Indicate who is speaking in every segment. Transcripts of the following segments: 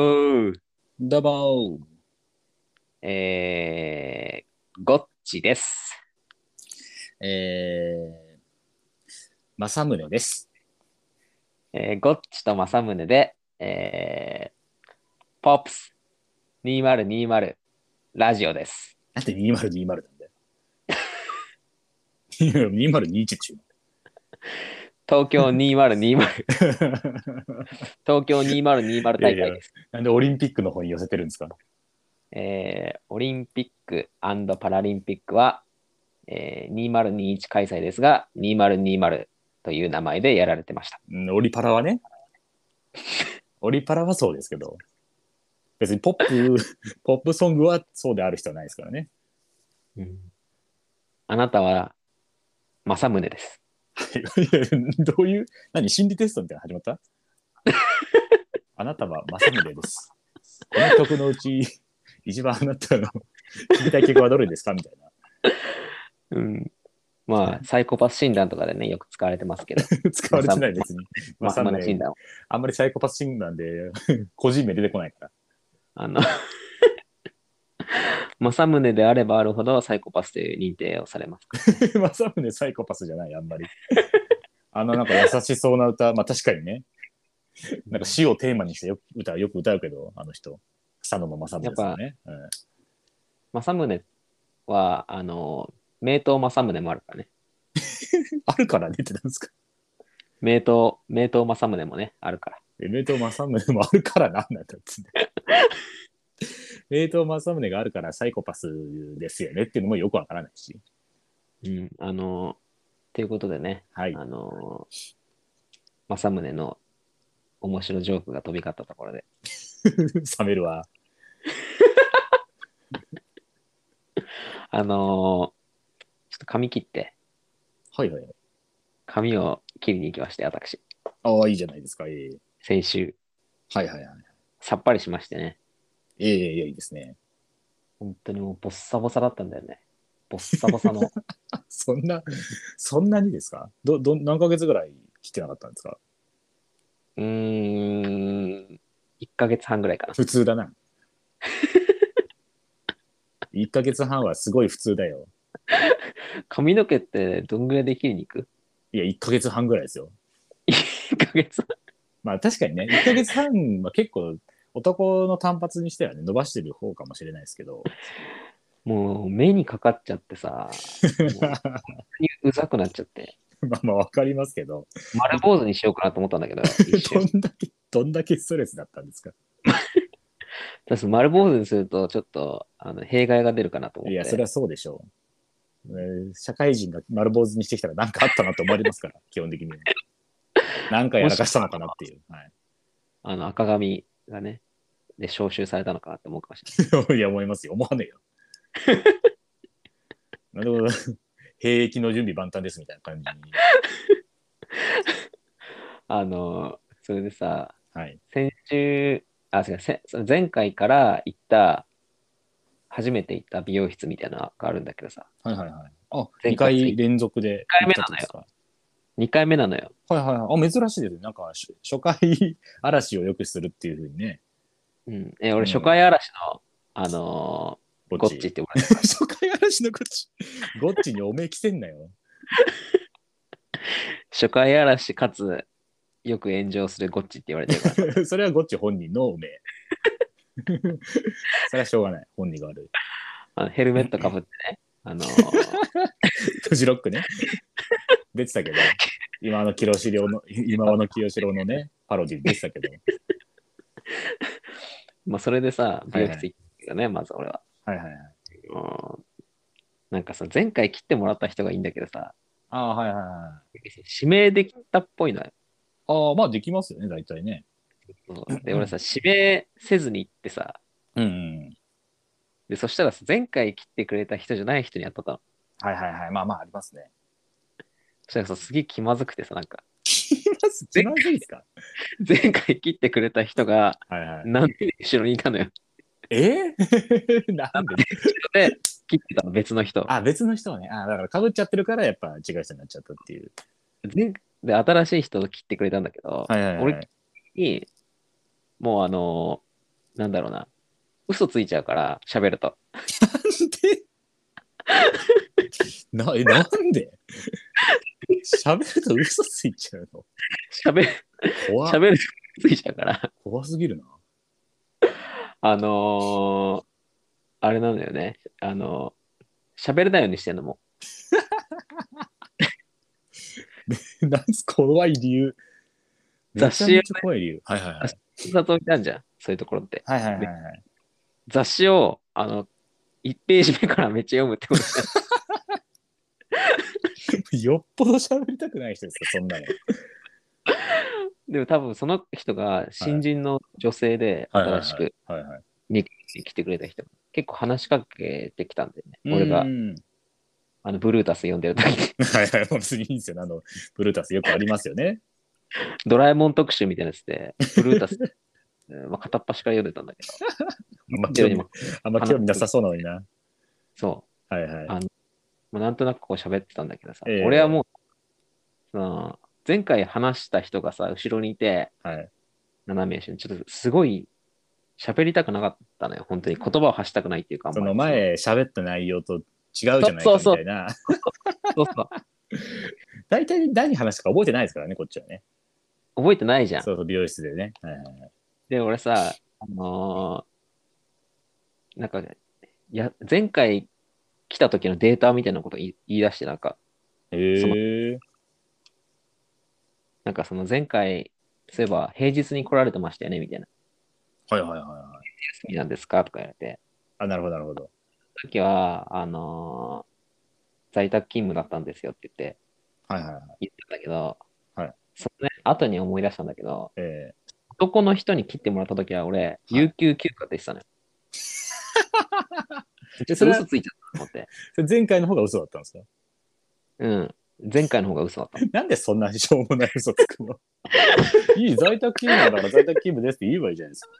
Speaker 1: おう
Speaker 2: ダバオ。
Speaker 1: えー、ゴッチです。
Speaker 2: えー、政宗です。
Speaker 1: えー、ゴッチと政宗で、えー、ポップス2020ラジオです。
Speaker 2: なんで2020なんだよ。2021中。
Speaker 1: 東京2020、東京2020大会
Speaker 2: いやいや
Speaker 1: です。
Speaker 2: なんでオリンピックの方に寄せてるんですか
Speaker 1: えー、オリンピックパラリンピックは、えー、2021開催ですが、2020という名前でやられてました。
Speaker 2: うんオリパラはね。オリパラはそうですけど。別にポップ、ポップソングはそうである必要はないですからね。
Speaker 1: あなたは政宗です。
Speaker 2: いやどう いう、何、心理テストみたいなの始まった あなたは政宗です。この曲のうち、一番あなたの 知りたい曲はどれですかみたいな。
Speaker 1: うん。まあ、サイコパス診断とかでね、よく使われてますけど、
Speaker 2: 使われてない 別に。
Speaker 1: ま
Speaker 2: ま
Speaker 1: さ
Speaker 2: さ
Speaker 1: まの診
Speaker 2: に、
Speaker 1: 断を。
Speaker 2: あんまりサイコパス診断で、 個人名出てこないから。
Speaker 1: あの、 政宗であればあるほどサイコパスという認定をされます。
Speaker 2: まさむねサイコパスじゃない、あんまり。 あの、なんか優しそうな歌、まあ確かにね。なんか死をテーマにしてよく歌う、よく歌うけど、あの人。草野の正宗さんね。うん
Speaker 1: 政宗は、あの、名刀政宗もあるからね。
Speaker 2: あるから出てたんですか
Speaker 1: 名刀、名刀政宗もね、あるから。
Speaker 2: え名刀正宗もあるからなんなんだっつって。名刀正宗があるからサイコパスですよねっていうのもよくわからないし。
Speaker 1: うん。あの、ということでね、
Speaker 2: はい。
Speaker 1: あの、政宗の面白ジョークが飛び交ったところで、
Speaker 2: 冷めるわ。
Speaker 1: あの、ちょっと髪切って、
Speaker 2: はいはいはい。
Speaker 1: 髪を切りに行きまして、私、
Speaker 2: ああ、いいじゃないですか。ええ
Speaker 1: 先週、
Speaker 2: はいはいはい。
Speaker 1: さっぱりしましてね。
Speaker 2: ええいやいいですね。
Speaker 1: 本当にもうボッサボサだったんだよね。ボッサボサ の。
Speaker 2: そんな、そんなにですかど、ど、何ヶ月ぐらい来てなかったんですか
Speaker 1: うーん、1ヶ月半ぐらいかな。
Speaker 2: 普通だな。1ヶ月半はすごい普通だよ。
Speaker 1: 髪の毛ってどんぐらいで切りに行く
Speaker 2: いや、1ヶ月半ぐらいですよ。
Speaker 1: ?1 ヶ月
Speaker 2: まあ確かにね、1ヶ月半は結構男の単発にしてはね、伸ばしてる方かもしれないですけど、
Speaker 1: もう目にかかっちゃってさ、も ううざくなっちゃって。
Speaker 2: まあまあわかりますけど、
Speaker 1: 丸坊主にしようかなと思ったんだけど、一
Speaker 2: ど
Speaker 1: 瞬。
Speaker 2: んだけ、どんだけストレスだったんですか
Speaker 1: ただ丸坊主にすると、ちょっと、あの、弊害が出るかなと思って。
Speaker 2: いや、それはそうでしょう。えー社会人が丸坊主にしてきたら何かあったなと思われますから、 基本的には。何かやらかしたのかなっていう。は
Speaker 1: あの、赤髪がね、で、招集されたのかなって思うかもしれない。
Speaker 2: い、い や、思いますよ。思わねえよ。 なるほど。兵役の準備万端ですみたいな感じに。
Speaker 1: あの、それでさ、
Speaker 2: はい。
Speaker 1: 先週、あ、違う、せその前回から行った、初めて行った美容室みたいなのがあるんだけどさ、
Speaker 2: はいはいはい。あ、
Speaker 1: 前回
Speaker 2: 2回連続で
Speaker 1: 回目
Speaker 2: 行
Speaker 1: な
Speaker 2: っ
Speaker 1: の
Speaker 2: たん
Speaker 1: よ
Speaker 2: ですか。
Speaker 1: 2回目なのよ。
Speaker 2: はいはいはい。あ、珍しいですね。なんか、し初回 嵐をよくするっていうふうにね。
Speaker 1: うん。え、俺、
Speaker 2: うん
Speaker 1: 初回嵐の、あの
Speaker 2: ゴ
Speaker 1: ーゴッチっ。て呼ばれて
Speaker 2: 初回嵐のゴッチ。ゴッチにおめえ来てんなよ。
Speaker 1: 初回嵐かつ、よく炎上するゴッチって言われて るから
Speaker 2: それはゴッチ本人の名。 それはしょうがない。本人が悪い。
Speaker 1: あのヘルメットかぶってね、あのー
Speaker 2: フジロックね。出てたけど、今の清志郎の、今の清志郎のね、パロディ出てたけど。
Speaker 1: まあ、それでさ、美容室行ったけどね、まず俺は。
Speaker 2: はいはいはい。
Speaker 1: うんなんかさ、前回切ってもらった人がいいんだけどさ、
Speaker 2: ああ、はいはいはい。
Speaker 1: 指名できたっぽいのよ。
Speaker 2: ああ、まあできますよね、大体ね。
Speaker 1: そうで、俺さ、指名せずに行ってさ、
Speaker 2: うん、うん。
Speaker 1: で、そしたらさ、前回切ってくれた人じゃない人にやっとったの。
Speaker 2: はいはいはい。まあまああります ね。
Speaker 1: そしたらさ、すげえ気まずくてさ、なんか、
Speaker 2: 気まず気まずいですか
Speaker 1: 前回切ってくれた人が、
Speaker 2: はいはい。
Speaker 1: なんで後ろにいたのよ。
Speaker 2: えー、なんで
Speaker 1: で、切ってたの、別の人。
Speaker 2: あ、別の人はね。ああ、だから被っちゃってるから、やっぱ違う人になっちゃったっていう。
Speaker 1: で、で新しい人を切ってくれたんだけど、
Speaker 2: いはい
Speaker 1: 俺に、もうあのーなんだろうな、嘘ついちゃうから、喋ると。
Speaker 2: な、え、なんで喋ると嘘ついちゃうの
Speaker 1: 喋
Speaker 2: 怖
Speaker 1: 喋ると嘘ついちゃうから、
Speaker 2: 怖すぎるな。
Speaker 1: あのーあれなんだよね、あのー喋れないようにしてんのも。
Speaker 2: なん す怖い理由。め
Speaker 1: 雑誌
Speaker 2: ちゃめちゃ怖い理由。はいはいはい。
Speaker 1: 複雑置いてあるじゃん、そういうところって。
Speaker 2: はいはいはいはい。
Speaker 1: 雑誌を、あの、1ページ目からめっちゃ読むってことじゃん
Speaker 2: よっぽど喋りたくない人ですよ、そんなの。
Speaker 1: でも多分その人が新人の女性で、
Speaker 2: はいはいはい
Speaker 1: 新しく
Speaker 2: はいはい。
Speaker 1: 来てくれた人、結構話しかけてきたんだよね。俺が
Speaker 2: う、ん
Speaker 1: あの、ブルータス読んでる時に、
Speaker 2: はいはい、もう別にいいんですよね。あの、ブルータスよくありますよね。
Speaker 1: ドラえもん特集みたいなやつで、ブルータス、 うんまあ、片っ端から読んでたんだけど、
Speaker 2: あんま
Speaker 1: で
Speaker 2: 興
Speaker 1: に
Speaker 2: 味
Speaker 1: も
Speaker 2: あんま興味なさそうなのにな。
Speaker 1: そ
Speaker 2: はいはい。
Speaker 1: あう、まあ、なんとなくこう喋ってたんだけどさ、
Speaker 2: ええ
Speaker 1: 俺はもう、その、前回話した人がさ、後ろにいて、
Speaker 2: はい。
Speaker 1: 斜め後ろに、ちょっとすごい喋りたくなかったのよ、本当に言葉を発したくないっていうか、あん
Speaker 2: そ
Speaker 1: まり
Speaker 2: の前喋った内容と違うじゃないか
Speaker 1: そう
Speaker 2: み
Speaker 1: そう
Speaker 2: たいな。
Speaker 1: そうそう、
Speaker 2: 大体何話したか覚えてないですからね、こっちはね。
Speaker 1: 覚えてないじゃん。
Speaker 2: そうそう、美容室でね。はいはいはい。
Speaker 1: で、俺さ、あのーなんか、や、前回来た時のデータみたいなこと言い言い出して、なんか、
Speaker 2: へえ。
Speaker 1: なんかその前回、そういえば平日に来られてましたよね、みたいな。
Speaker 2: はいはいはいはい。
Speaker 1: 休みなんですかとか言われて、
Speaker 2: あ、なるほどなるほど。
Speaker 1: その時は、あのー在宅勤務だったんですよって言って、
Speaker 2: はいはいはい。
Speaker 1: 言ってたんだけど、
Speaker 2: はい
Speaker 1: そのね、後に思い出したんだけど、
Speaker 2: え
Speaker 1: 男の人に切ってもらった時は俺、
Speaker 2: い
Speaker 1: 有給休暇って言ってたのよ。ちょっ
Speaker 2: え
Speaker 1: と
Speaker 2: それは
Speaker 1: 嘘ついちゃったと思って。
Speaker 2: それ前回の方が嘘だったんですか
Speaker 1: うん。前回の方が嘘だった。
Speaker 2: なんでそんなしょうもない嘘つくの いい、在宅勤務だから在宅勤務ですって言えばいいじゃないですか。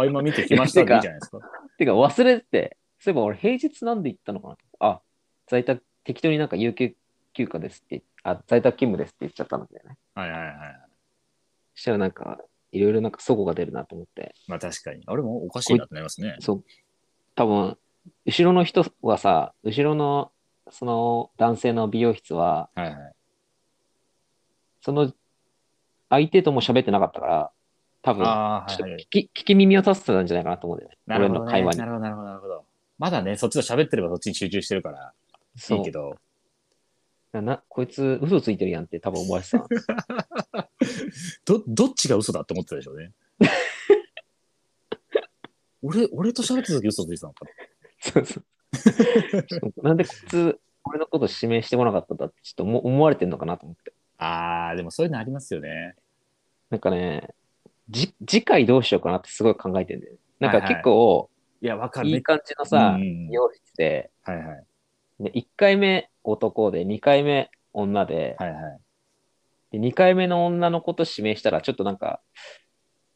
Speaker 2: あ、今見てきま したっていいじゃないですか。
Speaker 1: てか忘れてて、そういえば俺平日なんで行ったのかなあ、在宅、適当になんか有給休暇ですって、あ、在宅勤務ですって言っちゃったんだよね。
Speaker 2: はいはいはい。
Speaker 1: そしたらなんか、いろいろなんか齟齬が出るなと思って、
Speaker 2: まあ確かに。あれもおかしいなってなりますね。
Speaker 1: そう、多分、後ろの人はさ、後ろのその男性の美容室は、
Speaker 2: はいはい。
Speaker 1: その相手とも喋ってなかったから、多分、
Speaker 2: あ
Speaker 1: ち
Speaker 2: あ、
Speaker 1: ょっと
Speaker 2: はいはい。
Speaker 1: 聞き聞き耳を立ててたんじゃないかなと思うんだよね。
Speaker 2: なるほ
Speaker 1: 俺
Speaker 2: ど、
Speaker 1: の
Speaker 2: ね。
Speaker 1: 会話に。
Speaker 2: なるほど、なるほど、なるほど。まだね、そっちと喋ってればそっちに集中してるから、い
Speaker 1: そ
Speaker 2: いうけど、
Speaker 1: なな。こいつ嘘ついてるやんって多分思われて た。
Speaker 2: ど、どっちが嘘だって思ってたでしょう ね。俺、俺と喋ってた時嘘ついてたのか。
Speaker 1: そうそう。なんでこいつ、俺のこと指名してこなかったんだって、ちょっと思思われてんのかなと思って。
Speaker 2: ああ、でもそういうのありますよね。
Speaker 1: なんかね、じ次回どうしようかなってすごい考えてんだよね。なんか
Speaker 2: はいはい
Speaker 1: 結構、
Speaker 2: いや、わか
Speaker 1: い
Speaker 2: る。
Speaker 1: い
Speaker 2: めっ
Speaker 1: 感じのさ
Speaker 2: うん、うんうん
Speaker 1: 美容室で、
Speaker 2: はいはい。
Speaker 1: で1回目男で、2回目女で,、
Speaker 2: はいはい。
Speaker 1: で、2回目の女の子と指名したら、ちょっとなんか、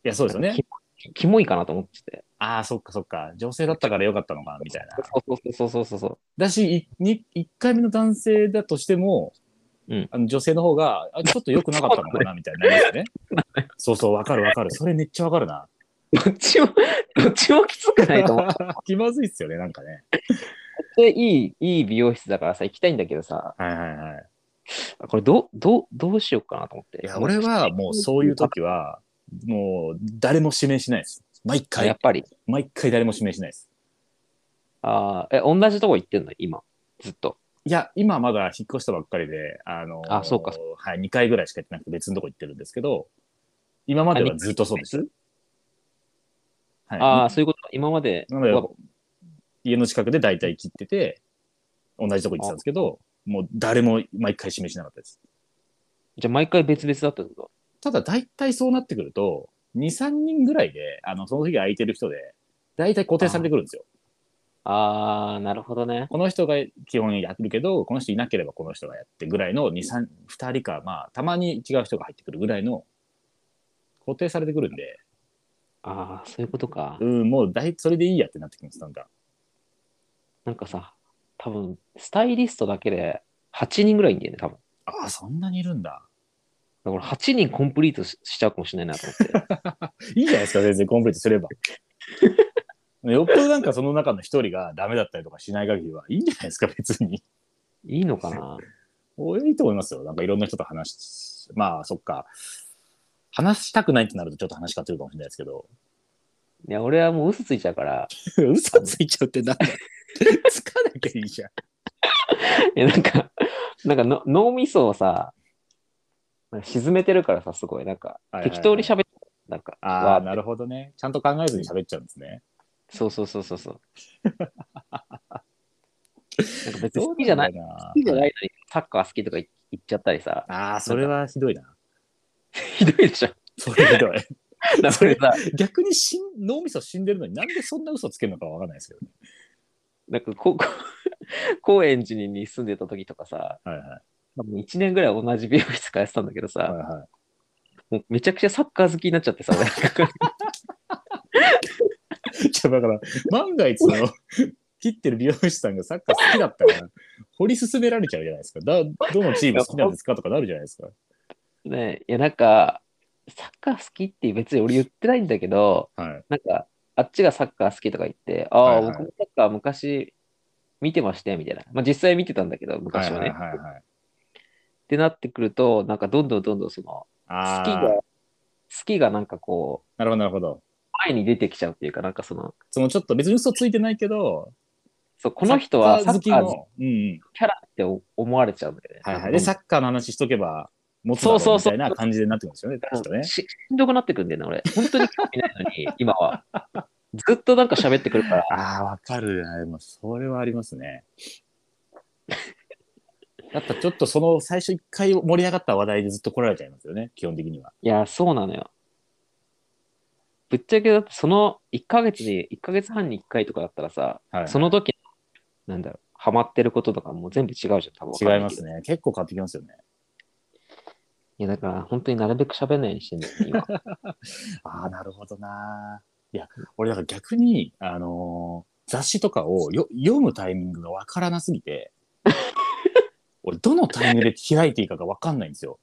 Speaker 2: いや、そうですよね
Speaker 1: キ。モキモいかなと思ってて。
Speaker 2: ああ、そっかそっか。女性だったからよかったのか、みたいな。
Speaker 1: そうそうそうそうそうそう。
Speaker 2: だし、いに一回目の男性だとしても、
Speaker 1: うん
Speaker 2: あの女性の方が、あちょっと良くなかったのかな、みたいな。 なりますよね。そうそう、わかるわかる。それめっちゃわかるな。
Speaker 1: どっちも、 どっちもきつくないと 思っ
Speaker 2: 気まずいっすよね、なんかね。
Speaker 1: て、いい、いい美容室だからさ、行きたいんだけどさ、
Speaker 2: はいはいはい。
Speaker 1: これど、ど、どうしようかなと思って。
Speaker 2: いや、俺はもうそういう時は、もう誰も指名しないです。毎
Speaker 1: あや
Speaker 2: 回
Speaker 1: っ、ぱり。
Speaker 2: 毎回誰も指名しないです。
Speaker 1: ああ、え、同じとこ行ってんの今。ずっと。
Speaker 2: いや、今まだ引っ越したばっかりで、あの
Speaker 1: あそうか
Speaker 2: はい、2回ぐらいしか行ってなくて別のとこ行ってるんですけど、今まではずっとそうです。はい、
Speaker 1: ああ、そういうこと。今まで
Speaker 2: なので
Speaker 1: は、
Speaker 2: 家の近くで大体切ってて、同じとこ行ってたんですけど、もう誰も毎回示しなかったです。
Speaker 1: じゃあ毎回別々だったってこ
Speaker 2: ただ大体そうなってくると、2、3人ぐらいで、あの、その時空いてる人で、大体固定されてくるんですよ。
Speaker 1: とああ、なるほどね。
Speaker 2: この人が基本やってるけど、この人いなければこの人がやってぐらいの2、3、2人か、まあ、たまに違う人が入ってくるぐらいの、固定されてくるんで、
Speaker 1: ああ、そういうことか。
Speaker 2: うん、もう大、それでいいやってなってきます、なんか。
Speaker 1: なんかさ、多分、スタイリストだけで8人ぐらいいんだよね、多分。
Speaker 2: ああ、そんなにいるんだ。
Speaker 1: だから8人コンプリートししちゃうかもしれないなと思 って。
Speaker 2: いいじゃないですか、全然コンプリートすれば。 よっぽどなんかその中の一人がダメだったりとかしない限りはいいんじゃないですか、別に。
Speaker 1: いいのかな
Speaker 2: おいいと思いますよ。なんかいろんな人と話し、まあそっか。話したくないってなるとちょっと話変わってるかもしれないですけど、
Speaker 1: いや、俺はもう嘘ついちゃうから、
Speaker 2: 嘘ついちゃうってなんだ つかなきゃいいじゃん。
Speaker 1: いや、なんか、なんかの脳みそをさ、なんか沈めてるからさ、すごい、なんか
Speaker 2: はいはいは、い
Speaker 1: 適当に喋って、なんか、
Speaker 2: あ
Speaker 1: わ
Speaker 2: あ、なるほどね。ちゃんと考えずに喋っちゃうんですね。
Speaker 1: そうそうそうそう そう。なんか別に好きじゃない、
Speaker 2: そうなんだよな
Speaker 1: 好きじゃないのにサッカー好きとか言っちゃったりさ、
Speaker 2: ああ、それはひどいな。
Speaker 1: ひどいでしょ。
Speaker 2: それ ひどい。
Speaker 1: だからさ、
Speaker 2: 逆に死ん脳みそ死んでるのになんでそんな嘘つけるのかわかんないですけどね。
Speaker 1: なんかこ、こ 高円寺に住んでた時とかさ、
Speaker 2: はいはい。
Speaker 1: 多分1年ぐらい同じ美容室通ってたんだけど
Speaker 2: はい
Speaker 1: さ、
Speaker 2: はい、
Speaker 1: もうめちゃくちゃサッカー好きになっちゃってさ、なんか
Speaker 2: じゃあだから、万が一の切ってる美容師さんがサッカー好きだったら、掘り進められちゃうじゃないですか。だどのチーム好きなんですかとかなるじゃないですか。
Speaker 1: ね、いやなんか、サッカー好きって別に俺言ってないんだけど、
Speaker 2: はい。
Speaker 1: なんか、あっちがサッカー好きとか言って、ああ、
Speaker 2: はいはい
Speaker 1: 僕もサッカー昔見てましたよ、みたいな。まあ実際見てたんだけど、昔はね。
Speaker 2: はいはいはいはい。
Speaker 1: ってなってくると、なんかどんどんどんどんその、好
Speaker 2: あ
Speaker 1: き
Speaker 2: ー
Speaker 1: が、好きがなんかこう、
Speaker 2: なるほど、なるほど。
Speaker 1: 前に出てきちゃうっていうか、なんかその、
Speaker 2: そのちょっと別に嘘ついてないけど、
Speaker 1: そうこの人は
Speaker 2: サ
Speaker 1: サ
Speaker 2: ッカー
Speaker 1: ッカー好
Speaker 2: 好きの、うんうん。
Speaker 1: きキャラって思われちゃうんだよね。
Speaker 2: はいはい。
Speaker 1: な
Speaker 2: で、
Speaker 1: んか
Speaker 2: サッカーの話しとけば、もっとだろうみたいな感じでなってくるんですよね、きっとね。
Speaker 1: ししんどくなってくんだよね、俺。本当に興味ないのに、今は。ずっとなんか喋ってくるから。
Speaker 2: ああ、わかるな。でも、それはありますね。やっぱちょっとその最初一回盛り上がった話題でずっと来られちゃいますよね、基本的には。
Speaker 1: いや、そうなのよ。ぶっちゃけだって、その1ヶ月に、1ヶ月半に1回とかだったらさ、
Speaker 2: はい
Speaker 1: その時、なんだろう、ハマってることとかもう全部違うじゃん、多分わかんな
Speaker 2: 違いま
Speaker 1: け
Speaker 2: す
Speaker 1: ど。
Speaker 2: ね。結構買ってきますよね。
Speaker 1: いや、だから本当になるべく喋んないようにしてんだよね、今。
Speaker 2: ああ、なるほどな。いや、俺だから逆に、あのー雑誌とかをよ読むタイミングがわからなす ぎて、俺どのタイミングで開いていいかがわかんないんですよ。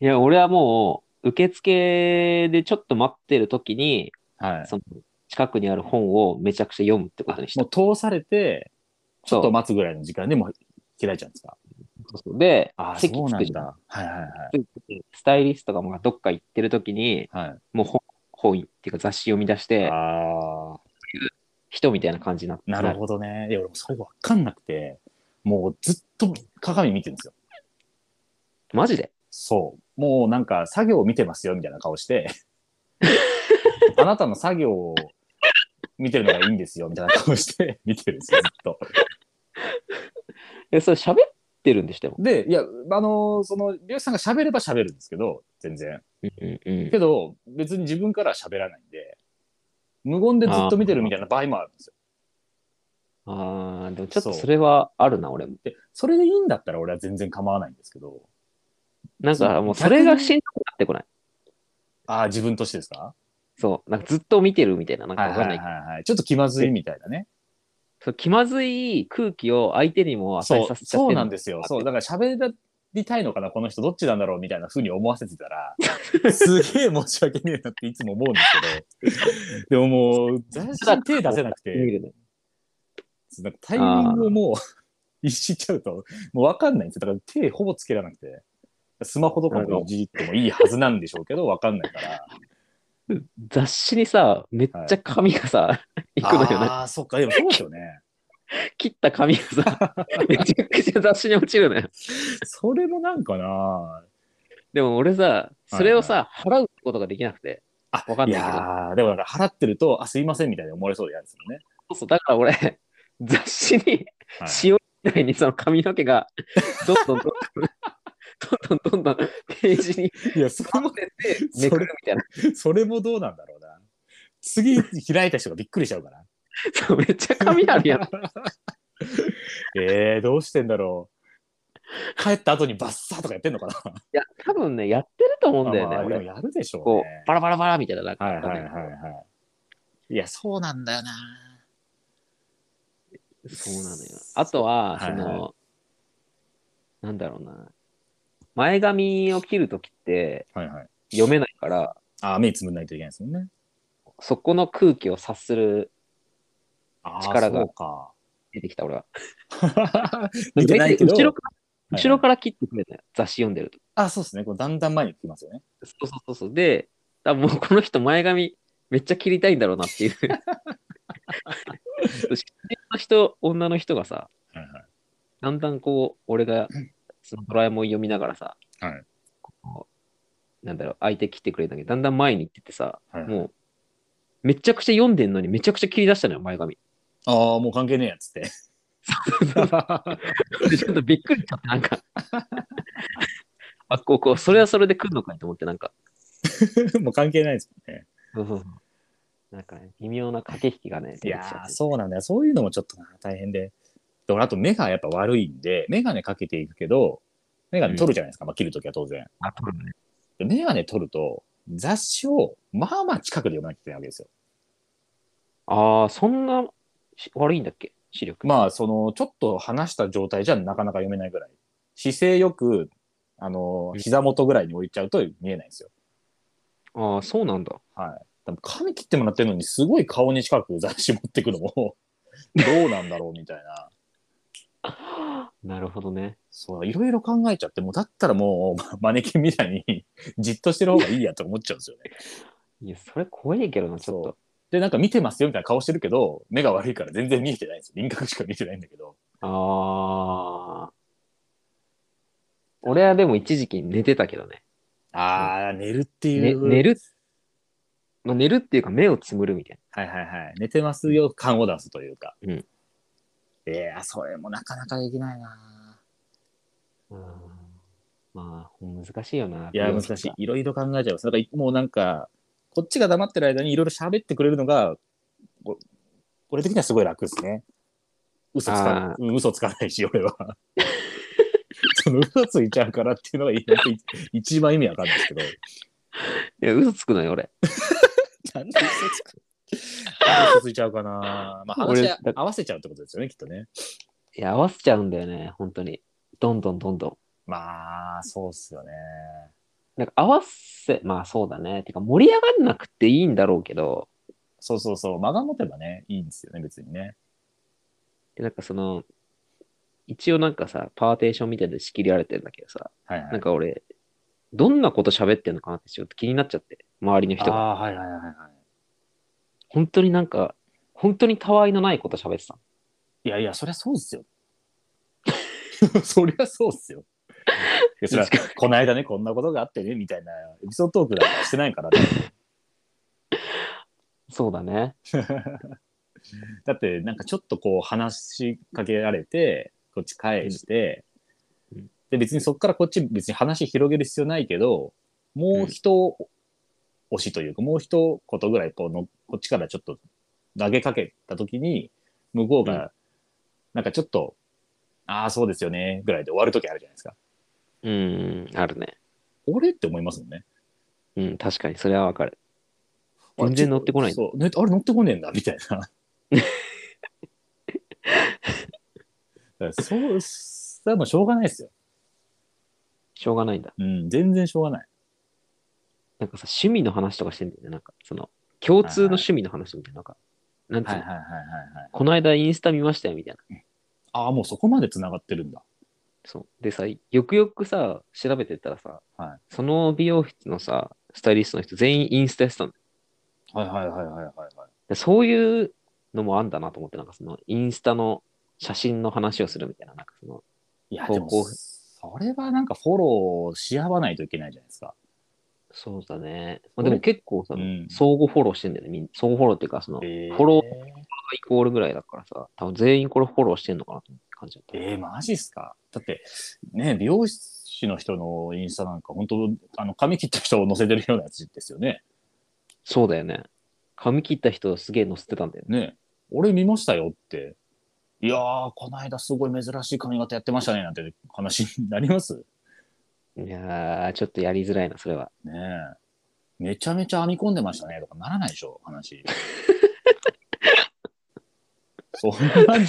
Speaker 1: いや、俺はもう、受付でちょっと待ってる時に、
Speaker 2: はい。
Speaker 1: その近くにある本をめちゃくちゃ読むってことにし
Speaker 2: も
Speaker 1: た。
Speaker 2: う通されて、ちょっ
Speaker 1: そ
Speaker 2: と
Speaker 1: う
Speaker 2: 待つぐらいの時間でもう開いちゃうんですか。
Speaker 1: そうそうで
Speaker 2: あ、あ、
Speaker 1: 席
Speaker 2: そう
Speaker 1: つ
Speaker 2: な
Speaker 1: く
Speaker 2: ん
Speaker 1: じゃん
Speaker 2: だ。はいはいはい。
Speaker 1: スタイリストがまあどっか行ってる時に、
Speaker 2: はい。
Speaker 1: もう本、本っていうか雑誌読み出して、
Speaker 2: ああ、
Speaker 1: 人みたいな感じになって
Speaker 2: なるほどね。いや、俺もそれが分かんなくて、もうずっと鏡見てるんですよ。
Speaker 1: マジで
Speaker 2: そう。もうなんか作業を見てますよみたいな顔 して、あなたの作業を見てるのがいいんですよみたいな顔して見てるんですよ、ずっと。
Speaker 1: え、それ喋ってるんでしたよ。
Speaker 2: で、いや、あのーその、りょうさんが喋れば喋るんですけど、全然。
Speaker 1: うんうんうん
Speaker 2: けど、別に自分からは喋らないんで、無言でずっと見てるみたいな場合もあるんですよ。
Speaker 1: ああ、でもちょっと
Speaker 2: そう
Speaker 1: それはあるな、俺も。
Speaker 2: で、それでいいんだったら俺は全然構わないんですけど、
Speaker 1: なん
Speaker 2: そ
Speaker 1: か
Speaker 2: う
Speaker 1: もうそれがしんどくなってこない。
Speaker 2: ああ、自分としてですか
Speaker 1: そう、なんかずっと見てるみたいな、なんか
Speaker 2: はい
Speaker 1: わ
Speaker 2: は
Speaker 1: か
Speaker 2: い
Speaker 1: ん
Speaker 2: は
Speaker 1: ないい。
Speaker 2: はい。ちょっと気まずいみたいなね。
Speaker 1: そう気まずい空気を相手にも与
Speaker 2: そ
Speaker 1: えさ
Speaker 2: う
Speaker 1: せちゃって
Speaker 2: そう
Speaker 1: る
Speaker 2: なんですよ。そう、だから喋りたいのかな、この人どっちなんだろうみたいな風に思わせてた ら、すげえ申し訳ねえなっていつも思うんですけど、でも もう、雑誌に手出せなく
Speaker 1: 見
Speaker 2: て、
Speaker 1: るの
Speaker 2: なんかタイミングをもう、一しちゃうと、もうわかんないんですよ。だから手ほぼつけらなくて、スマホとかもいじってもいいはずなんでしょうけど、わかんないから。
Speaker 1: 雑誌にさ、めっちゃ紙がさ、 い、くのよな。
Speaker 2: ああー、そっか、でもそうですよね。
Speaker 1: 切った紙が さ、めちゃくちゃ雑誌に落ちるのよ。
Speaker 2: それもなんかな
Speaker 1: でも俺さ、それをさ、払うことができなくて。
Speaker 2: あ、
Speaker 1: わかんないけど
Speaker 2: やーでもなんか払ってると、あ、すいませんみたいに思われそうで嫌ですよね。
Speaker 1: そうそう、だから俺、雑誌に
Speaker 2: はい
Speaker 1: 塩みたいにその髪の毛が、どんどんどんどん、どんどんどんどんページに
Speaker 2: いや、それも
Speaker 1: 混ぜてめくるみたいな。
Speaker 2: それもどうなんだろうな。次開いた人がびっくりしちゃうから。
Speaker 1: そう、めっちゃ髪あ るやん。
Speaker 2: えー、どうしてんだろう。帰った後にバッサーとかやってんのかな。
Speaker 1: いや、多分ね、やってると思うんだよね、
Speaker 2: あまあでも
Speaker 1: 俺。
Speaker 2: やるでしょう
Speaker 1: こ
Speaker 2: ね
Speaker 1: う、。バラバラバラみたいな。なんか
Speaker 2: はいはいはいはい。いや、そうなんだよな。
Speaker 1: そうなのよ。あとは、
Speaker 2: はい
Speaker 1: そ
Speaker 2: はい
Speaker 1: の、なんだろうな。前髪を切るときって
Speaker 2: はいはい。
Speaker 1: 読めないから、
Speaker 2: ああ、目つむんないといけないですもんね。
Speaker 1: そこの空気を察する、
Speaker 2: ああ、
Speaker 1: 力が
Speaker 2: そう か。
Speaker 1: 出てきた俺は。
Speaker 2: 見てないけど
Speaker 1: 後ろから
Speaker 2: はい
Speaker 1: 後ろから切ってくれたよ、雑誌読んでると。
Speaker 2: あ、そうですね。こうだんだん前に来ますよね。
Speaker 1: そうそうそうそう。で、多分もうこの人前髪めっちゃ切りたいんだろうなって いう。知り合いの人、女の人がさ、
Speaker 2: はいはい。
Speaker 1: だんだんこう、俺がそのドラえもん読みながらさ、
Speaker 2: はい
Speaker 1: こうなんだろう、相手切ってくれたけど、だんだん前に行ってってさ、
Speaker 2: はいはい
Speaker 1: もう、めちゃくちゃ読んでんのに、めちゃくちゃ切り出したのよ、前髪。
Speaker 2: ああ、もう関係ねえやっつって。
Speaker 1: でちょっとびっくりしちゃって、なんか。あ、こう、こう、それはそれで来るのかいと思って、なんか。
Speaker 2: もう関係ないですもんね。
Speaker 1: そうそうそうなんかね、微妙な駆け引きがね、
Speaker 2: い
Speaker 1: 出てきちゃ
Speaker 2: や
Speaker 1: っ
Speaker 2: ー、
Speaker 1: て
Speaker 2: そうなんだよ。そういうのもちょっとな大変で。で俺、あと目がやっぱ悪いんで、眼鏡かけていくけど、眼鏡取るじゃないですか。まあ、切るときは当然。
Speaker 1: あ撮るね
Speaker 2: で、眼鏡取ると、雑誌を、まあまあ近くで読まなきゃいけないわけですよ。
Speaker 1: あー、そんなし悪いんだっけ視力。
Speaker 2: まあ、その、ちょっと離した状態じゃなかなか読めないぐらい。姿勢よく、あの、膝元ぐらいに置いちゃうと見えないんですよ。
Speaker 1: あー、そうなんだ。
Speaker 2: はい。多分髪切ってもらってるのに、すごい顔に近く雑誌持ってくのも、どうなんだろうみたいな。
Speaker 1: なるほどね。
Speaker 2: そう、いろいろ考えちゃって、もうだったらもう、ま マネキンみたいに、じっとしてる方がいいやとか思っちゃうんですよね。
Speaker 1: いや、それ怖いけどな、ちょっ
Speaker 2: そう
Speaker 1: と。
Speaker 2: で、なんか見てますよみたいな顔してるけど、目が悪いから全然見えてないんですよ。輪郭しか見えてないんだけど。
Speaker 1: ああ。俺はでも一時期寝てたけどね。
Speaker 2: あー、寝るってい
Speaker 1: ね
Speaker 2: う。
Speaker 1: 寝る、まあ、寝るっていうか目をつむるみたい
Speaker 2: はいはいはい。寝てますよ感を出すというか。
Speaker 1: うん
Speaker 2: ええー、それもなかなかできないな
Speaker 1: な。うんまあ、難しいよな。
Speaker 2: いや、難しい。。いろいろ考えちゃいます。なんかいもうなんか、こっちが黙ってる間にいろいろ喋ってくれるのが、こ俺的にはすごい楽ですね。嘘つか
Speaker 1: あ、
Speaker 2: うん嘘つかないし、俺は。 その嘘ついちゃうからっていうのが い一番意味わかんないですけど。
Speaker 1: いや、嘘つくのよ、俺。
Speaker 2: なんで嘘つくなんで嘘ついちゃうかなまあ話し合わせちゃうってことですよね、きっとね。
Speaker 1: いや、合わせちゃうんだよね、本当に。どんどんどんどん。
Speaker 2: まあ、そうっすよね。
Speaker 1: なんか合わせ、まあそうだね。てか盛り上がんなくていいんだろうけど、
Speaker 2: そうそうそう。間が持てばね、いいんですよね、別にね。
Speaker 1: なんかその、一応なんかさ、パーテーションみたいで仕切られてんだけどさ、
Speaker 2: はいはい。
Speaker 1: なんか俺、どんなこと喋ってんのかなってちょっと気になっちゃって、周りの人が。
Speaker 2: ああー、はいはいはいはい。
Speaker 1: 本当になんか、本当にたわいのないこと喋ってた。
Speaker 2: いやいや、そりゃそうっすよ。 そりゃそうっすよ。いやそりゃこの間ね、こんなことがあってね、みたいなエピソードトークなんかしてないからね。
Speaker 1: そうだね。
Speaker 2: だって、なんかちょっとこう話しかけられて、こっち返して、
Speaker 1: うんうん
Speaker 2: で、別にそこからこっち別に話広げる必要ないけど、もう一押しというか、もう一言ぐらいこうの、こっちからちょっと投げかけたときに、向こう
Speaker 1: う
Speaker 2: が、なんかちょっと、ああ、そうですよね、ぐらいで終わるときあるじゃないですか。
Speaker 1: うん、あるね。
Speaker 2: 俺って思いますもんね。
Speaker 1: うん、確かに、それはわかる。全然乗ってこない
Speaker 2: そう。ねあれ乗ってこねえんだ、みたいな。だ からそう、それはもうしょうがないですよ。
Speaker 1: しょうがないんだ。
Speaker 2: うん、全然しょうがない。
Speaker 1: なんかさ、趣味の話とかしてんだよね。なんか、その、共通の趣味の話みたいな。なんか、なんつうの、
Speaker 2: はいはい。
Speaker 1: この間インスタ見ましたよ、みたいな。
Speaker 2: ああ、もうそこまで繋がってるんだ。
Speaker 1: そう。でさ、よくよくさ、調べてったらさ、
Speaker 2: は
Speaker 1: その美容室のさ、スタイリストの人全員インスタやってたんだよ
Speaker 2: はいはいはいはいはい。はい
Speaker 1: でそういうのもあんだなと思って、なんかその、インスタの写真の話をするみたいな、なんかその、
Speaker 2: いや、
Speaker 1: こう
Speaker 2: でも
Speaker 1: こう、
Speaker 2: それはなんかフォローし合わないといけないじゃないですか。
Speaker 1: そうだね。
Speaker 2: そ
Speaker 1: まあ、
Speaker 2: れ
Speaker 1: でも結構さ、
Speaker 2: うん
Speaker 1: 相互フォローしてんだよね。みん相互フォローっていうか、その、
Speaker 2: えー
Speaker 1: フォローイコールぐらいだからさ、多分全員これフォローしてんのかなって感じだった。
Speaker 2: えー、マジっすかだって、ね、美容師の人のインスタなんか、本当あの、髪切った人を載せてるようなやつですよね。
Speaker 1: そうだよね。髪切った人すげえ載せてたんだよね。
Speaker 2: ね、俺見ましたよって。いやー、この間すごい珍しい髪型やってましたね、なんて話になります
Speaker 1: いやー、ちょっとやりづらいな、それは。
Speaker 2: ねえ。めちゃめちゃ編み込んでましたね、とかならないでしょ、 話。そんなに、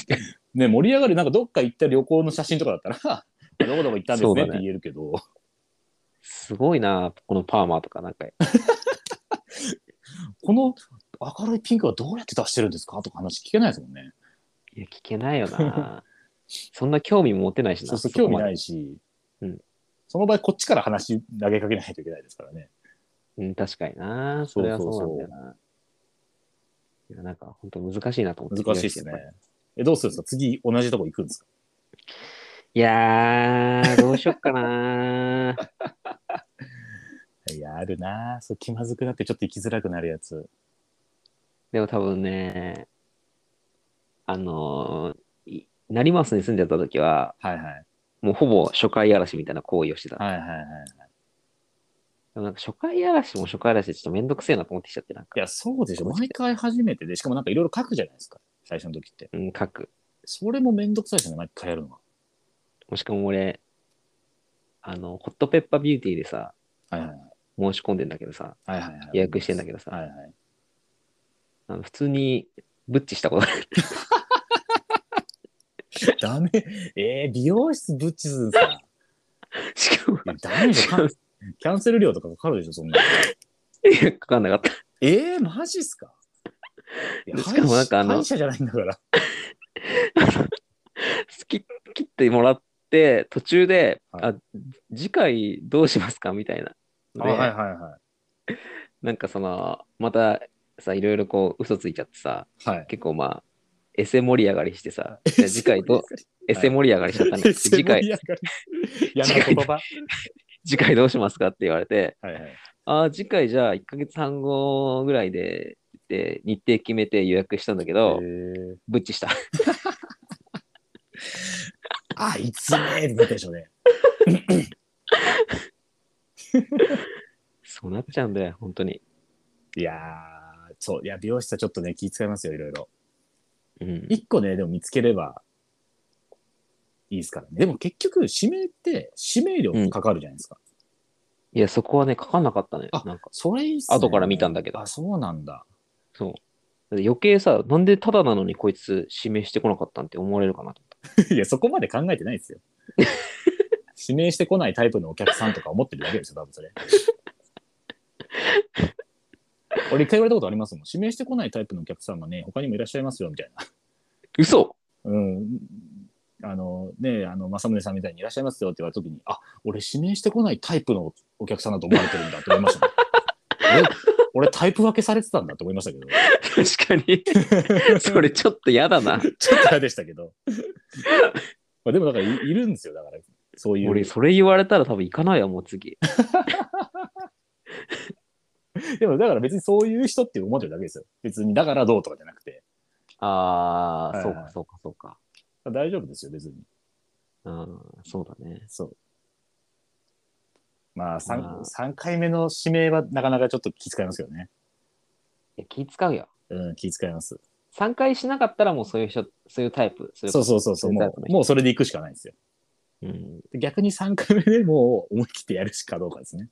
Speaker 2: ね、盛り上がる、なんかどっか行った旅行の写真とかだったら、どこどこ行ったんです
Speaker 1: そう
Speaker 2: ね
Speaker 1: だ
Speaker 2: っ
Speaker 1: ね
Speaker 2: て言えるけど、
Speaker 1: すごいな、このパーマとかなんか。
Speaker 2: この明るいピンクはどうやって出してるんですかとか話聞けないですもんね。
Speaker 1: いや、聞けないよ な。そんな興味も持てないしな。。
Speaker 2: そうそう、興味ないいし、
Speaker 1: うん
Speaker 2: その場合こっちから話投げかけないといけないですからね。
Speaker 1: うん、確かにな。それはそうなんだよ
Speaker 2: そ
Speaker 1: な。いや、なんか本当難しいなと思って。
Speaker 2: 難しいですね。え、どうするんですか次同じとこ行くんですか
Speaker 1: いやー、どうしよっかな。
Speaker 2: いや、あるなぁそう気まずくなってちょっと行きづらくなるやつ。
Speaker 1: でも多分ね、あのーい成増に住んでた時は、
Speaker 2: はいはい。
Speaker 1: もうほぼ初回嵐みたいな行為をしてた。
Speaker 2: はいはいはい。
Speaker 1: でもなんか初回嵐も初回嵐でちょっとめんどくせえなと思ってきちゃって、なん
Speaker 2: い
Speaker 1: か、
Speaker 2: や、そうでしょ。毎回初めてで、しかもなんかいろいろ書くじゃないですか。最初の時って。
Speaker 1: うん、書く。
Speaker 2: それもめんどくさいですよね、毎回やるのは。
Speaker 1: もしかも俺、あの、ホットペッパービューティーでさ、
Speaker 2: はいはい。
Speaker 1: 申し込んでんだけどさ、
Speaker 2: はいはいはい。
Speaker 1: 予約してんだけどさ
Speaker 2: はいはい。
Speaker 1: あの普通にブッチしたことある。
Speaker 2: ダメ。えー、美容室ぶっちするんですか
Speaker 1: しかも
Speaker 2: い、やダメでし ょ。キャンキャンセル料とかかかるでしょ、そんなの。
Speaker 1: いやかかんなかった。
Speaker 2: えー、マジっすかいや
Speaker 1: しかもなんかあの
Speaker 2: 歯医者歯医者じゃないんだから。
Speaker 1: 切切ってもらって、途中で、
Speaker 2: はい
Speaker 1: あ、次回どうしますかみたいな。
Speaker 2: あ
Speaker 1: で
Speaker 2: はいはいは
Speaker 1: なんかその、またさ、いろいろこう、嘘ついちゃってさ、
Speaker 2: い。はい。
Speaker 1: 結構まあ、エセ盛り上がりして さ、じゃあ次回どう、エセ盛り上がりしちゃったんで、
Speaker 2: エセ 盛
Speaker 1: 次回
Speaker 2: り、上がり嫌な言葉。
Speaker 1: 次回どうしますかって言われて、
Speaker 2: はいはい。
Speaker 1: ああ、次回じゃあ1ヶ月半後ぐらいで、で日程決めて予約したんだけど、
Speaker 2: えー
Speaker 1: ブッチした。
Speaker 2: あいつねーってなったでしょうね。
Speaker 1: そうなっちゃうんだよ、本当に。
Speaker 2: いやー、そう、いや、美容室はちょっとね、気遣いますよ、いろいろ。
Speaker 1: うん。
Speaker 2: 一個ね、でも見つければいいですからね。でも結局、指名って、指名料かかるじゃないですか。
Speaker 1: いや、そこはね、かかんなかったね。
Speaker 2: あ
Speaker 1: なんか、
Speaker 2: それいいっすね。
Speaker 1: 後から見たんだけど
Speaker 2: あ、そうなんだ。
Speaker 1: そう。だって余計さ、なんでタダなのにこいつ指名してこなかったんって思われるかなと思っ
Speaker 2: いや、そこまで考えてないですよ。指名してこないタイプのお客さんとか思ってるだけですよ、多分それ。俺一回言われたことありますもん。指名してこないタイプのお客さんがね、他にもいらっしゃいますよ、みたいな。
Speaker 1: た。嘘
Speaker 2: うん、あのねあの政宗さんみたいにいらっしゃいますよって言われた時にあ俺指名してこないタイプのお客さんだと思われてるんだって思いましたね俺俺タイプ分けされてたんだって思いましたけど
Speaker 1: 確か に。それちょっと嫌だな。
Speaker 2: ちょっと嫌でしたけどまあでもだからいいるんですよだからそういう
Speaker 1: 俺、それ言われたら多分行かないよ、もう次。
Speaker 2: でもだから別にそういう人って思ってるだけですよ別にだからどうとかじゃなくて
Speaker 1: ああ、
Speaker 2: はい
Speaker 1: そう
Speaker 2: は
Speaker 1: か、
Speaker 2: い
Speaker 1: そうか、そうか。
Speaker 2: 大丈夫ですよ別に
Speaker 1: うん、そうだね。
Speaker 2: そうまあ 3,
Speaker 1: まあ
Speaker 2: 3回目の指名はなかなかちょっと気遣いますけどね
Speaker 1: いや気使うよ。
Speaker 2: うん気遣います
Speaker 1: 3回しなかったらもうそういう人、そういうタイプ。そ
Speaker 2: そううそうそうそ
Speaker 1: そ
Speaker 2: う、
Speaker 1: うい
Speaker 2: も
Speaker 1: うタイプの
Speaker 2: う
Speaker 1: 人
Speaker 2: もうそれで行くしかないんですよ。
Speaker 1: いう、うん。
Speaker 2: で逆に3回目でもう思い切ってやるしかどうかですね。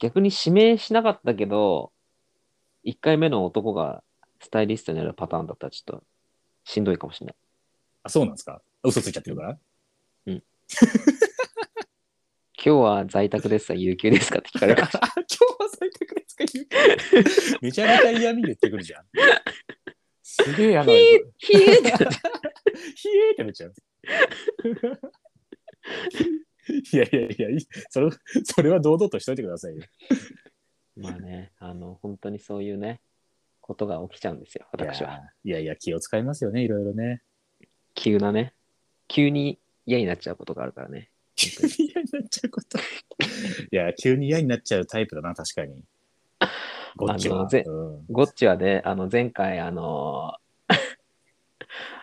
Speaker 1: 逆に指名しなかったけど、1回目の男がスタイリストになるパターンだったらちょっとしんどいかもしれない。
Speaker 2: あ、そうなんですか嘘ついちゃってるから
Speaker 1: 今日は在宅ですか有給ですかって聞かれる
Speaker 2: 今
Speaker 1: か
Speaker 2: 日は最宅ですか言うけどめちゃめちゃ嫌味言ってくるじゃん。すげえ
Speaker 1: ら。
Speaker 2: 嫌
Speaker 1: ひ
Speaker 2: な。
Speaker 1: ー
Speaker 2: ひえ
Speaker 1: ひーって
Speaker 2: ーってなっちゃう。いやいやいやいいそれ、それは堂々としといてくださいよ。
Speaker 1: まあね、あの、本当にそういうね、ことが起きちゃうんですよ、私は。
Speaker 2: いやいやいや、気を使いますよね、いろいろね。
Speaker 1: 急なね、急に嫌になっちゃうことがあるからね。
Speaker 2: 急に嫌になっちゃうこと。いや、急に嫌になっちゃうタイプだな、確かに。ごっち
Speaker 1: あ
Speaker 2: は
Speaker 1: の。ぜ
Speaker 2: うん
Speaker 1: ゴッチはね、あの、前回、あのー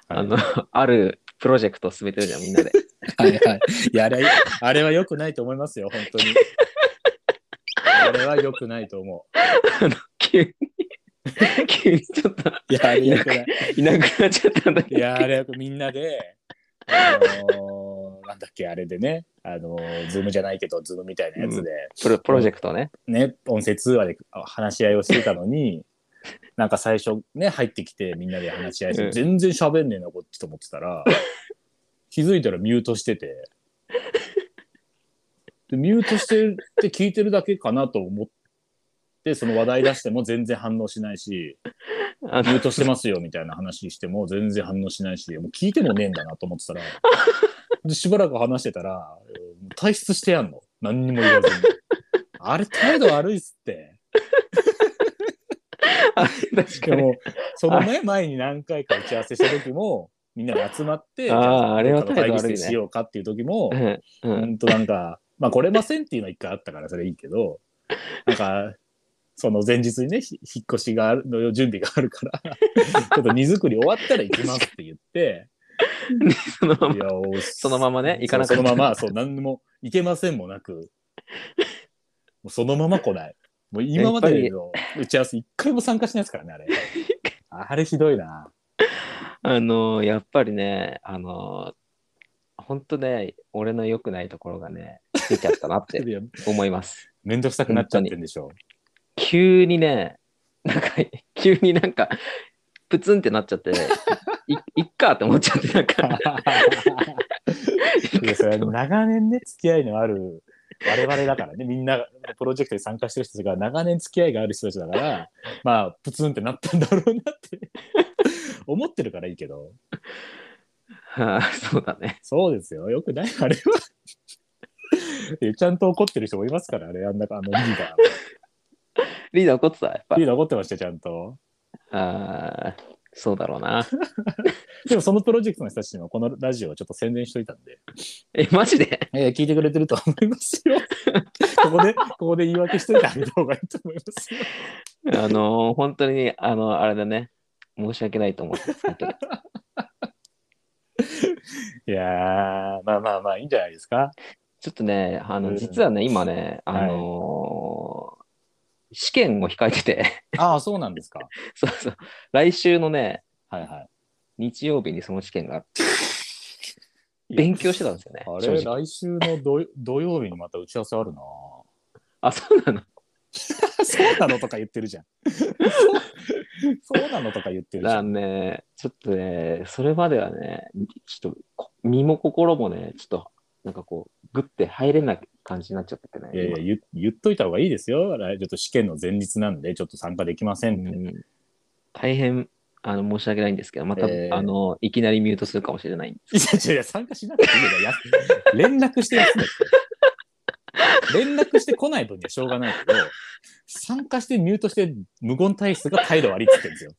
Speaker 1: あ
Speaker 2: はい
Speaker 1: の、あるプロジェクトを進めてるじゃん、みんな で。
Speaker 2: はいはい。いや、あれ、あれは良くないと思いますよ、本当に。あれは良くないと思
Speaker 1: 急に、 急にちょっと
Speaker 2: う。いや、あれ良くない。
Speaker 1: いなくなっちゃったんだけ
Speaker 2: い
Speaker 1: ど。
Speaker 2: や、あれはみんなで、あのーなんだっけ、あれでね、あのー、ズームじゃないけど、ズームみたいなやつで、
Speaker 1: プロプロジェクトをね。
Speaker 2: ね、音声通話であ話し合いをしてたのに、なんか最初ね、入ってきてみんなで話し合いして、
Speaker 1: うん
Speaker 2: 全然喋んねえな、こっちと思ってたら、気づいたらミュートしてて、でミュートしてるって聞いてるだけかなと思って、その話題出しても全然反応しないし、
Speaker 1: あ
Speaker 2: ミュ
Speaker 1: の
Speaker 2: ートしてますよみたいな話しても全然反応しないし、もう聞いてもねえんだなと思っ てたら、でしばらく話してたら、えーもう退出してやんの。何にも言わずに。あれ態度悪いっすって。
Speaker 1: 確
Speaker 2: で
Speaker 1: かに。
Speaker 2: も、そのね、前に何回か打ち合わせした時も、みんなで集まっ て、
Speaker 1: あー
Speaker 2: じゃ
Speaker 1: あれは
Speaker 2: どっかの
Speaker 1: 態度悪
Speaker 2: 会
Speaker 1: いね
Speaker 2: 議室にしようかっていう時も、
Speaker 1: うんう
Speaker 2: うんんとなんか、まあ来れませんっていうのは一回あったからそれいいけど、なんか、その前日にね、ひ引っ越しがあるの準備がある から、ちょっと荷造り終わったら行きますって言って、
Speaker 1: そのまま
Speaker 2: いやお
Speaker 1: そのままね行かなかった
Speaker 2: そうそのまま、そう、何も行けませんもなく、もうそのまま来ない。もう今までの打ち合わせ一回も参加しないですからね、あれ。あれひどいな。
Speaker 1: あのやっぱりね、あの本当ね、俺の良くないところがね、出ちゃったな って
Speaker 2: いや
Speaker 1: 思います。
Speaker 2: めんどくさくなっちゃってんでしょ
Speaker 1: 急にね、なんか、急になんか、プツンってなっちゃって、いいっかって思っちゃって、なんか、
Speaker 2: いやそれは長年ね付き合いのある我々だからねみんなプロジェクトに参加してる人たちが長年付き合いがある人たちだからまあプツンってなったんだろうなって思ってるからいいけど
Speaker 1: はあそうだね。
Speaker 2: そうですよよくないあれはちゃんと怒ってる人もいますからあれあんなあのリーダ
Speaker 1: リーダー怒ってたやっぱ
Speaker 2: ーリーダー怒ってましたよちゃんと
Speaker 1: あーそうだろうな。
Speaker 2: でもそのプロジェクトの人たちにもこのラジオをちょっと宣伝しといたんで
Speaker 1: え、マジで
Speaker 2: えー聞いてくれてると思いますよ。ここで、ここで言い訳しといてあげた方がいいと思いますよ。
Speaker 1: あの本当に、あの、あれだね。申し訳ないと思ってます本当に
Speaker 2: いやー、まあまあまあ、いいんじゃないですか。
Speaker 1: ちょっとね、あ
Speaker 2: う
Speaker 1: の、
Speaker 2: ん
Speaker 1: 実はね、今ね、あのー試験を控えてて、
Speaker 2: ああ、そうなん ですか。
Speaker 1: そうそう、来週のね、
Speaker 2: はいは
Speaker 1: 日曜日にその試験があって、
Speaker 2: い。
Speaker 1: 勉強してたんですよね、
Speaker 2: あ
Speaker 1: 正
Speaker 2: れ、
Speaker 1: 直。
Speaker 2: 来週の土土曜日にまた打ち合わせあるな
Speaker 1: あ、そうなの
Speaker 2: そうなのとか言ってるじ ゃん。そうそうなのとか言ってるじ
Speaker 1: だか
Speaker 2: ゃ
Speaker 1: ら
Speaker 2: ん。
Speaker 1: ね、ちょっとね、それまではね、ちょっとこ、身も心もね、ちょっと、なんかこう、ぐって入れない感じになっちゃっててね。
Speaker 2: いやいや言、言っといた方がいいですよ。来ちょっと試験の前日なんで、ちょっと参加できませんって。
Speaker 1: うん大変、あの、申し訳ないんですけど、また、
Speaker 2: えー
Speaker 1: あの、いきなりミュートするかもしれないんで
Speaker 2: いやいやいや、参加しなくていいよ。や連絡して休めって。連絡してこない分にはしょうがないけど、参加してミュートして無言体質が態度悪いって言ってるんですよ。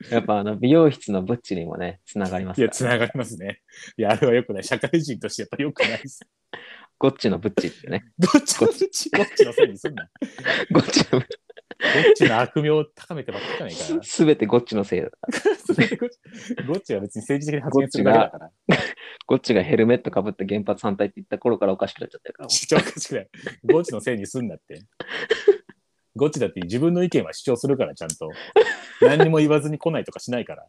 Speaker 1: す。やっぱ、あの、美容室のブッチにもね、つながりますか
Speaker 2: いや、
Speaker 1: ら。
Speaker 2: つながりますね。いや、あれは良くない。社会人としてやっぱ良くな いです。
Speaker 1: ゴッチのブッチってね。
Speaker 2: どっちのどっちどっちのせいにすんな。ど
Speaker 1: ゴッチのブッ
Speaker 2: っちの悪名を高めてばっかじゃないか
Speaker 1: チ。すべてゴッチのせいだ。
Speaker 2: ら。 どっちは別に政治的な発言するだけだから。
Speaker 1: ゴッチがヘルメットかぶって原発反対って言った頃からおかしくなっちゃってるから。
Speaker 2: 主張おかしくない。ゴチのせいにすんなって。ゴチだって自分の意見は主張するから、ちゃんと。何にも言わずに来ないとかしないから。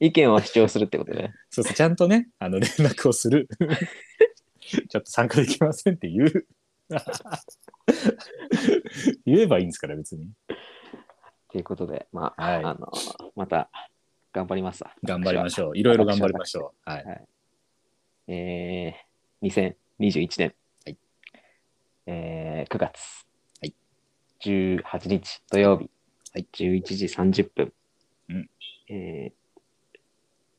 Speaker 1: 意見は主張するってことでね。
Speaker 2: そうそう、ちゃんとね、あの、連絡をする。ちょっと参加できませんって言う。言えばいいんですから、別に。
Speaker 1: ということで、まあ、
Speaker 2: はい
Speaker 1: あの、また、頑張りますわ。
Speaker 2: 頑張りましょう。いろいろ頑張りましょう。はい。
Speaker 1: えー、2021年、
Speaker 2: はい
Speaker 1: えー9月、
Speaker 2: はい
Speaker 1: 18日土曜日、
Speaker 2: はい
Speaker 1: 11時30分、
Speaker 2: うん
Speaker 1: え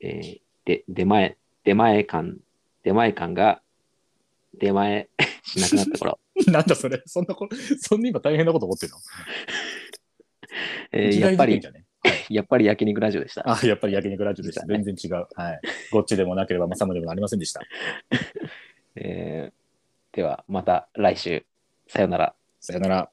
Speaker 1: ーえーで出前出前館出前館が出前 しなくなった 頃、
Speaker 2: なんだそれ、そんなこ、そんな今大変なこと思ってるの、
Speaker 1: えー
Speaker 2: 一
Speaker 1: やっ
Speaker 2: 概に
Speaker 1: ぱ
Speaker 2: できん
Speaker 1: り
Speaker 2: じゃね
Speaker 1: やっぱり焼肉ラジオでした。
Speaker 2: あ、やっぱり焼肉ラジオでした。
Speaker 1: 実は
Speaker 2: 全然違う。 はい。ゴッチでもなければ、マサムでもありませんでした。
Speaker 1: えーではまた来週さようなら。
Speaker 2: さよなら。